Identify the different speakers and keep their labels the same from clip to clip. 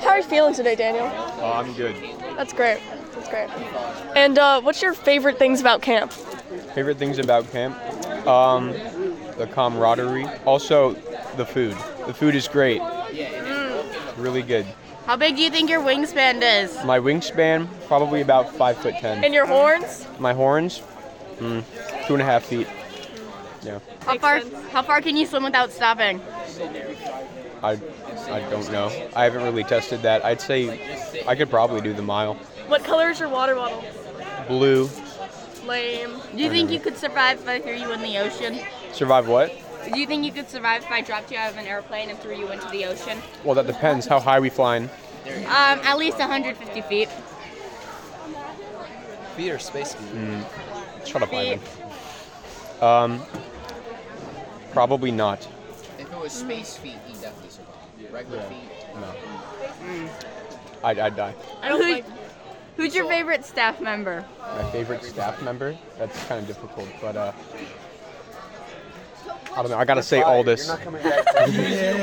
Speaker 1: How are you feeling today, Daniel?
Speaker 2: Oh, I'm good.
Speaker 1: That's great. That's great. And uh, what's your favorite things about camp?
Speaker 2: Favorite things about camp? Um, the camaraderie. Also, the food. The food is great. Really good.
Speaker 3: How big do you think your wingspan is?
Speaker 2: My wingspan probably about five foot ten.
Speaker 1: And your horns?
Speaker 2: My horns, mm, two and a half feet. Yeah,
Speaker 3: How far how far can you swim without stopping?
Speaker 2: I, I don't know. I haven't really tested that. I'd say I could probably do the mile.
Speaker 1: What color is your water bottle?
Speaker 2: Blue.
Speaker 1: Lame.
Speaker 3: Do you think you could survive if I threw you in the ocean?
Speaker 2: Survive what?
Speaker 3: Do you think you could survive if I dropped you out of an airplane and threw you into the ocean?
Speaker 2: Well, that depends how high we flying.
Speaker 3: Um, at least 150 feet.
Speaker 4: Feet or space feet?
Speaker 5: Hmm.
Speaker 2: Shut up, Ivan. Um, probably not.
Speaker 5: If it was space feet, he definitely survived. Regular feet.
Speaker 2: I'd, I'd die.
Speaker 3: I don't Who's your favorite staff member?
Speaker 2: My favorite staff member? That's kind of difficult, but uh, I don't know. I gotta say all this.
Speaker 4: You're not coming back. To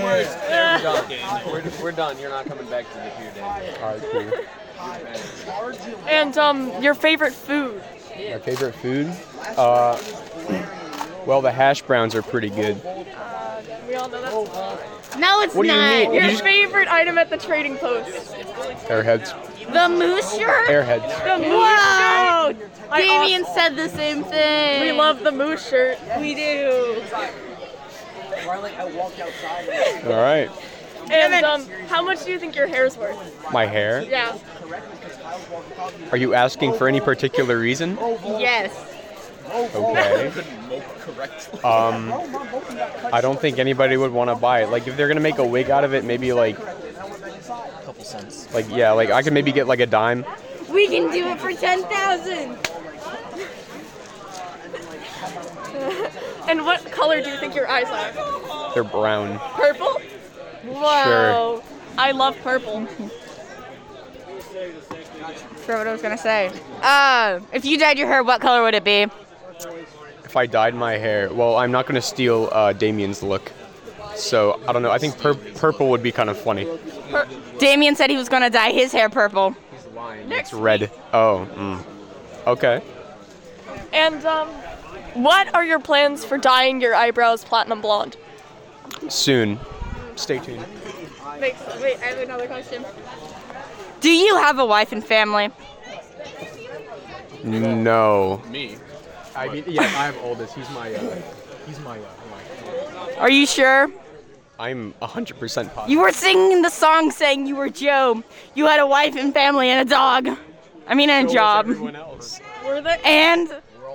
Speaker 4: We're done. We're, we're done. You're not coming back to the pier, Dave.
Speaker 2: All right, cool.
Speaker 1: And um, your favorite food?
Speaker 2: My favorite food? Uh, well, the hash browns are pretty good.
Speaker 1: We all know that's
Speaker 3: No, it's
Speaker 2: What do you
Speaker 3: not.
Speaker 2: mean?
Speaker 1: your
Speaker 2: You just-
Speaker 1: favorite item at the trading post.
Speaker 2: Airheads.
Speaker 3: The moose shirt?
Speaker 2: Airheads.
Speaker 1: The moose
Speaker 3: Wow.
Speaker 1: shirt. I
Speaker 3: Damien
Speaker 1: also-
Speaker 3: said the same thing.
Speaker 1: we love the moose shirt.
Speaker 3: We do.
Speaker 2: All right.
Speaker 1: And um, how much do you think your hair's worth?
Speaker 2: My hair?
Speaker 1: Yeah.
Speaker 2: Are you asking for any particular reason?
Speaker 3: Yes.
Speaker 2: Okay. Um, I don't think anybody would want to buy it. Like, if they're gonna make a wig out of it, maybe like,
Speaker 4: A couple cents.
Speaker 2: like yeah, like I could maybe get like a dime.
Speaker 3: We can do it for 10,000.
Speaker 1: And what color do you think your eyes are?
Speaker 2: They're brown.
Speaker 1: Purple? Wow. I love purple.
Speaker 3: Forgot what I was gonna say. Uh, if you dyed your hair, what color would it be?
Speaker 2: If I dyed my hair, well, I'm not gonna steal uh, Damien's look. So I don't know. I think pur- purple would be kind of funny.
Speaker 3: Damien said he was gonna dye his hair purple.
Speaker 2: It's red. Oh. Mm. Okay.
Speaker 1: And um, what are your plans for dyeing your eyebrows platinum blonde?
Speaker 2: Soon. Stay tuned.
Speaker 1: Wait, wait, I have another question.
Speaker 3: Do you have a wife and family?
Speaker 2: No.
Speaker 5: Me.
Speaker 2: I mean, yeah, I'm oldest. He's my. Uh, he's my. Uh,
Speaker 3: Are you sure?
Speaker 2: I'm 100% positive.
Speaker 3: You were singing the song saying you were Joe. You had a wife and family and a dog. I mean, and a job.
Speaker 1: Were they?
Speaker 3: And
Speaker 5: No,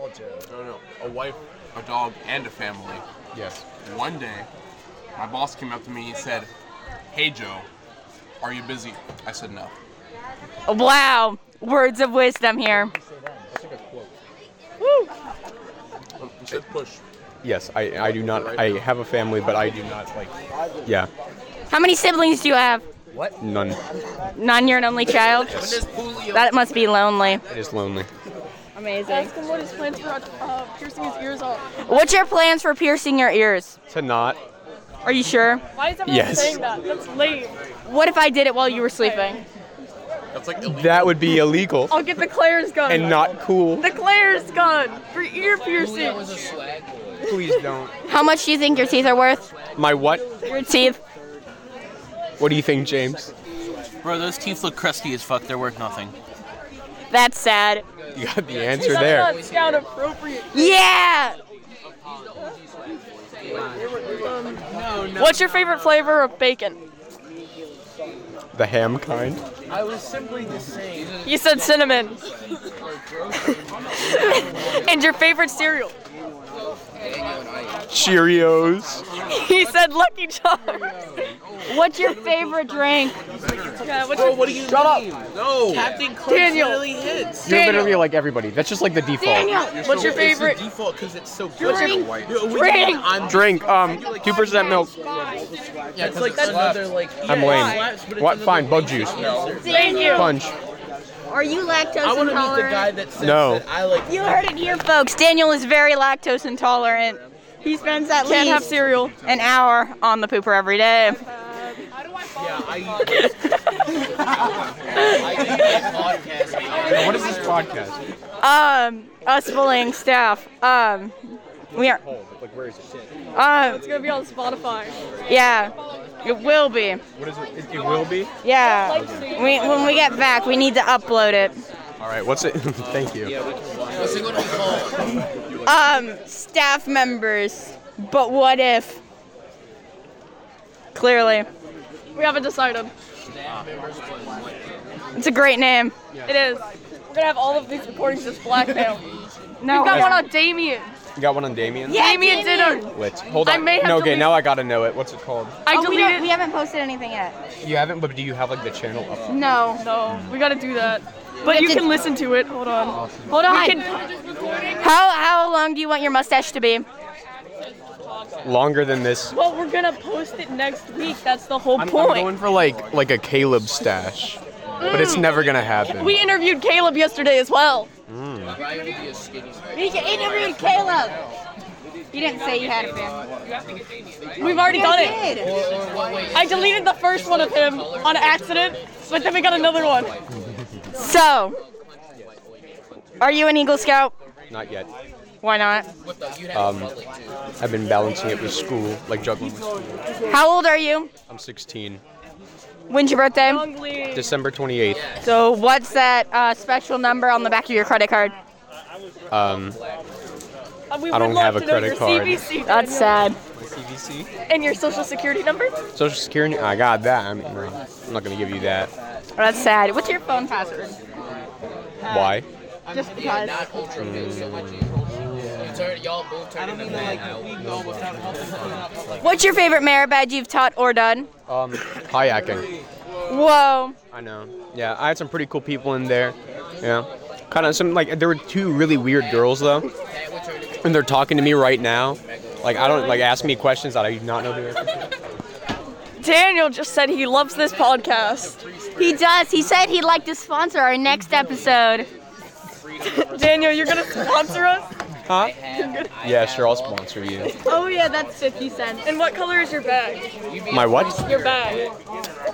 Speaker 5: no. A wife, a dog, and a family.
Speaker 2: Yes.
Speaker 5: One day, my boss came up to me and said, Hey, Joe, are you busy? I said, No.
Speaker 3: wow, words of wisdom here.
Speaker 5: He said, Push.
Speaker 2: Yes, I, I do not. I have a family, but I do not like. Yeah,
Speaker 3: How many siblings do you have?
Speaker 2: none.
Speaker 3: None, you're an only child. That must be lonely.
Speaker 2: It is lonely.
Speaker 3: Amazing.
Speaker 1: Ask him what his plans for uh, piercing his ears off.
Speaker 3: What's your plans for piercing your ears?
Speaker 2: To not.
Speaker 3: Are you sure?
Speaker 1: Why is everyone
Speaker 2: Yes.
Speaker 1: saying that? That's lame.
Speaker 3: What if I did it while you were sleeping?
Speaker 5: That's like illegal.
Speaker 2: That would be illegal
Speaker 3: Oh
Speaker 1: I'll get the Claire's gun.
Speaker 2: and not cool.
Speaker 1: The Claire's gun for ear piercing.
Speaker 2: Please don't.
Speaker 3: How much do you think your teeth are worth?
Speaker 2: My what?
Speaker 3: Your teeth?
Speaker 2: What do you think, James?
Speaker 6: Bro, those teeth look crusty as fuck. They're worth nothing.
Speaker 3: That's sad.
Speaker 2: You got the answer
Speaker 1: That's
Speaker 2: there.
Speaker 1: not sound appropriate.
Speaker 3: Yeah!
Speaker 1: What's your favorite flavor of bacon?
Speaker 2: The ham kind.
Speaker 1: You said cinnamon. and your favorite cereal?
Speaker 2: Cheerios.
Speaker 1: He said Lucky Charms.
Speaker 3: What's your favorite drink?
Speaker 1: Yeah, what's
Speaker 2: Oh,
Speaker 1: your
Speaker 5: What do you Shut up! No!
Speaker 1: Daniel.
Speaker 5: hits.
Speaker 2: You're
Speaker 1: Daniel.
Speaker 2: literally like everybody. That's just like the default.
Speaker 1: What's your favorite
Speaker 5: It's the default because it's so good.
Speaker 1: drink?
Speaker 5: Drink! I'm
Speaker 2: Drink um two percent milk.
Speaker 5: Yeah, it's like another like.
Speaker 2: I'm lame. What? Fine. Bug juice.
Speaker 1: Thank you.
Speaker 2: Punch.
Speaker 3: Are you lactose
Speaker 5: I want to meet the
Speaker 3: intolerant?
Speaker 5: guy that says
Speaker 2: No.
Speaker 5: that I like.
Speaker 3: You heard it here, folks. Daniel is very lactose intolerant. He spends at
Speaker 1: Can't have
Speaker 3: least
Speaker 1: cereal.
Speaker 3: an hour on the pooper every day.
Speaker 4: Yeah, I. I podcasting.
Speaker 2: What is this podcast?
Speaker 3: Um, us bullying staff. Um, we are.
Speaker 2: Like, where is it?
Speaker 3: Um,
Speaker 1: It's gonna be on Spotify.
Speaker 3: yeah, it will be.
Speaker 2: What is it? It, it will be.
Speaker 3: Yeah. We, when we get back, we need to upload it.
Speaker 2: All right. What's it? Thank you.
Speaker 4: What's it gonna be called?
Speaker 3: Um, staff members. But what if? Clearly,
Speaker 1: We haven't decided.
Speaker 3: it's a great name.
Speaker 1: It is. We're gonna have all of these recordings just blackmail. We've
Speaker 3: No.
Speaker 1: got one on Damien.
Speaker 2: You got one on Damien.
Speaker 3: Yeah,
Speaker 1: Damien dinner.
Speaker 2: Lit. Hold on.
Speaker 1: I may have
Speaker 2: no, okay,
Speaker 1: deleted-
Speaker 2: now I gotta know it. What's it called?
Speaker 1: I
Speaker 3: Oh, we, don't-
Speaker 1: deleted.
Speaker 3: we haven't posted anything yet.
Speaker 2: You haven't, but do you have like the channel up?
Speaker 3: No.
Speaker 1: No, we gotta do that. But
Speaker 3: have
Speaker 1: you
Speaker 3: to-
Speaker 1: can listen to it. Hold on.
Speaker 3: Hold on.
Speaker 1: We can,
Speaker 3: How how long do you want your mustache to be?
Speaker 2: Longer than this.
Speaker 1: well, we're gonna post it next week. That's the whole
Speaker 2: I'm, I'm
Speaker 1: point.
Speaker 2: going for like like a Caleb stash, but it's never gonna happen.
Speaker 1: Mm. we interviewed Caleb yesterday as well.
Speaker 4: Ryan would be a skinny man.
Speaker 3: We interviewed Caleb. You didn't say you had a fan.
Speaker 1: We've already done it.
Speaker 4: Or, or what way?
Speaker 1: I deleted the first one of him on accident, but then we got another one.
Speaker 3: So, are you an Eagle Scout?
Speaker 2: Not yet.
Speaker 3: Why not?
Speaker 4: What the? You'd have
Speaker 2: Um,
Speaker 4: a mullet too.
Speaker 2: I've been balancing it with school, like juggling. with school.
Speaker 3: How old are you?
Speaker 2: I'm 16.
Speaker 3: When's your birthday?
Speaker 2: December 28th.
Speaker 3: So, what's that uh, special number on the back of your credit card?
Speaker 2: Um,
Speaker 1: We
Speaker 2: I
Speaker 1: would
Speaker 2: don't
Speaker 1: love
Speaker 2: have a
Speaker 1: to know
Speaker 2: credit
Speaker 1: your
Speaker 2: card.
Speaker 1: CVC
Speaker 3: That's
Speaker 1: Daniel,
Speaker 3: sad.
Speaker 1: And your social security number?
Speaker 2: Social Security. I got that. I mean, I'm not gonna give you that.
Speaker 3: That's sad. What's your phone password?
Speaker 2: Why?
Speaker 3: Just because.
Speaker 4: Not ultra fit, so much you you turn y'all both turn into men now.
Speaker 3: What's your favorite merit badge you've taught or done?
Speaker 2: Um, kayaking.
Speaker 3: Whoa.
Speaker 2: I know. Yeah, I had some pretty cool people in there. Yeah. Kind of some like there were two really weird girls though, and they're talking to me right now. Like I don't like ask me questions that I do not know the answer to.
Speaker 1: Daniel just said he loves this podcast.
Speaker 3: He does. He said he'd like to sponsor our next episode.
Speaker 1: Daniel, you're gonna sponsor us?
Speaker 2: Huh? Yeah, sure. I'll sponsor you.
Speaker 3: Oh, yeah, that's 50 cents.
Speaker 1: And what color is your bag?
Speaker 2: My what?
Speaker 1: Your bag.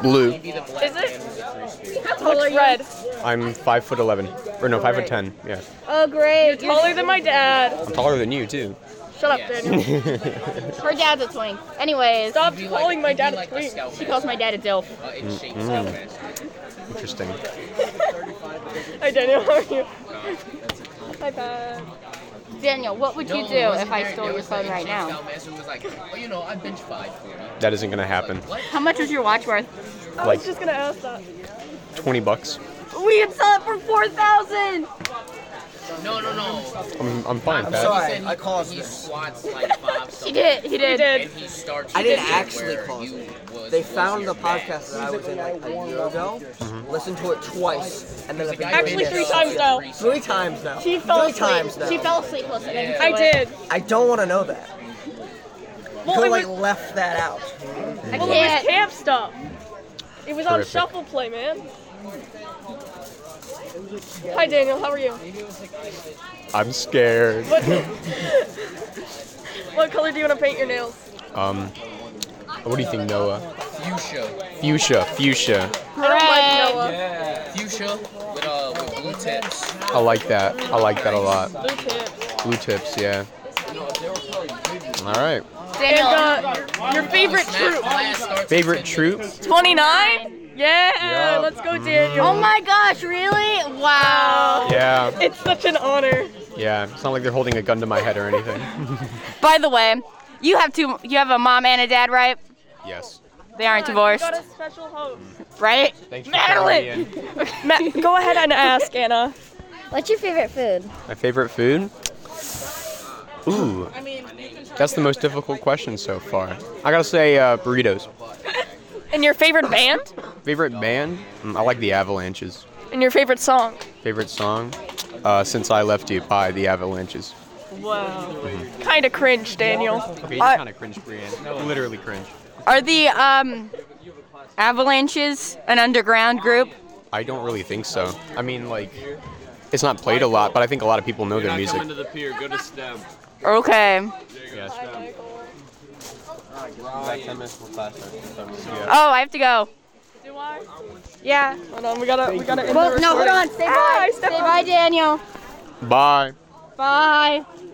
Speaker 2: Blue.
Speaker 1: Is it? Looks red.
Speaker 2: I'm five foot eleven, or no, five foot ten. Yeah.
Speaker 3: Oh, great.
Speaker 1: Taller than my dad.
Speaker 2: I'm taller than you too.
Speaker 1: Shut up, Daniel.
Speaker 3: Her dad's a twink. Anyways,
Speaker 1: Stop calling my dad a twink.
Speaker 3: she calls my dad a dilf.
Speaker 2: Interesting.
Speaker 1: Hi, Daniel. How are you? Hi, Pat.
Speaker 3: Daniel, what would you do if I stole your phone right now?
Speaker 4: Who was like, well, you know, I bench five for you.
Speaker 2: That isn't gonna happen.
Speaker 3: How much was your watch worth?
Speaker 1: I
Speaker 2: Like-
Speaker 1: was just gonna ask that.
Speaker 2: Twenty bucks.
Speaker 3: We could sell it for 4000
Speaker 4: No, no, no.
Speaker 2: I'm, I'm fine. Pat.
Speaker 7: Sorry,
Speaker 4: Then
Speaker 7: I caused
Speaker 4: he
Speaker 7: this.
Speaker 4: squats like five
Speaker 3: He
Speaker 4: something,
Speaker 3: did,
Speaker 1: He
Speaker 3: he did.
Speaker 1: did.
Speaker 4: and he starts.
Speaker 7: I didn't
Speaker 4: to get
Speaker 7: actually
Speaker 4: where
Speaker 7: cause
Speaker 4: you was-
Speaker 7: They
Speaker 4: was
Speaker 7: found
Speaker 4: your
Speaker 7: the
Speaker 4: back.
Speaker 7: podcast that I was in like a year ago, listened to it twice, and then I've been
Speaker 1: Actually,
Speaker 7: doing
Speaker 1: three
Speaker 7: this
Speaker 1: times now.
Speaker 7: Three times now.
Speaker 1: She fell
Speaker 7: three
Speaker 1: asleep.
Speaker 7: times now.
Speaker 3: She fell asleep listening.
Speaker 1: I did.
Speaker 7: I don't want to know that.
Speaker 1: Well,
Speaker 7: Who
Speaker 1: it
Speaker 7: like
Speaker 1: was,
Speaker 7: left that out?
Speaker 3: I
Speaker 1: well, it was
Speaker 3: can't.
Speaker 1: camp stuff. It was on
Speaker 2: Terrific.
Speaker 1: shuffle play, man. Hi, Daniel. How are you?
Speaker 2: I'm scared.
Speaker 1: What, what color do you want to paint your nails?
Speaker 2: Um, what do you think, Noah?
Speaker 4: Fuchsia,
Speaker 2: Fuchsia, fuchsia.
Speaker 1: I don't like Noah.
Speaker 4: fuchsia with uh with blue tips.
Speaker 2: I like that. I like that a lot.
Speaker 1: Blue tips.
Speaker 2: Blue tips, yeah. All right.
Speaker 1: And
Speaker 3: Daniel,
Speaker 1: uh, your favorite troop?
Speaker 4: Class starts.
Speaker 2: Favorite troop?
Speaker 1: 29? Yeah,
Speaker 2: Yup.
Speaker 1: let's go, Daniel.
Speaker 3: oh my gosh, really? Wow.
Speaker 2: Yeah,
Speaker 1: It's such an honor.
Speaker 2: yeah. It's not like they're holding a gun to my head or anything.
Speaker 3: By the way, you have two, you have a mom and a dad, right?
Speaker 2: yes.
Speaker 3: They aren't divorced,
Speaker 1: got a special host.
Speaker 3: right?
Speaker 2: Thanks for
Speaker 3: Madeline!
Speaker 2: calling me in.
Speaker 1: Matt, go ahead and ask Anna.
Speaker 8: What's your favorite food?
Speaker 2: My favorite food? Ooh. That's the most difficult question so far. I gotta say uh, burritos.
Speaker 1: And your favorite band?
Speaker 2: Favorite band? Mm, I like the Avalanches.
Speaker 1: And your favorite song?
Speaker 2: Favorite song? Uh, Since I Left You by the Avalanches.
Speaker 1: Kind of cringe, Daniel.
Speaker 2: Okay,
Speaker 3: I-
Speaker 2: of cringe, Brienne. Literally cringe.
Speaker 3: Are the um, Avalanches an underground group?
Speaker 2: I don't really think so. I mean, like, it's not played a lot, but I think a lot of people know their music.
Speaker 5: the pier. Go to STEM.
Speaker 3: Okay.
Speaker 2: Yeah, About 10 minutes before class starts. so we'll- yeah.
Speaker 3: Oh, I have to go.
Speaker 1: Do I?
Speaker 3: Yeah. Ah,
Speaker 1: Hold on, we gotta, we gotta end the
Speaker 8: Well, no, hold on.
Speaker 1: recording.
Speaker 8: Say bye.
Speaker 3: Say bye, Daniel.
Speaker 2: Bye.
Speaker 3: Bye.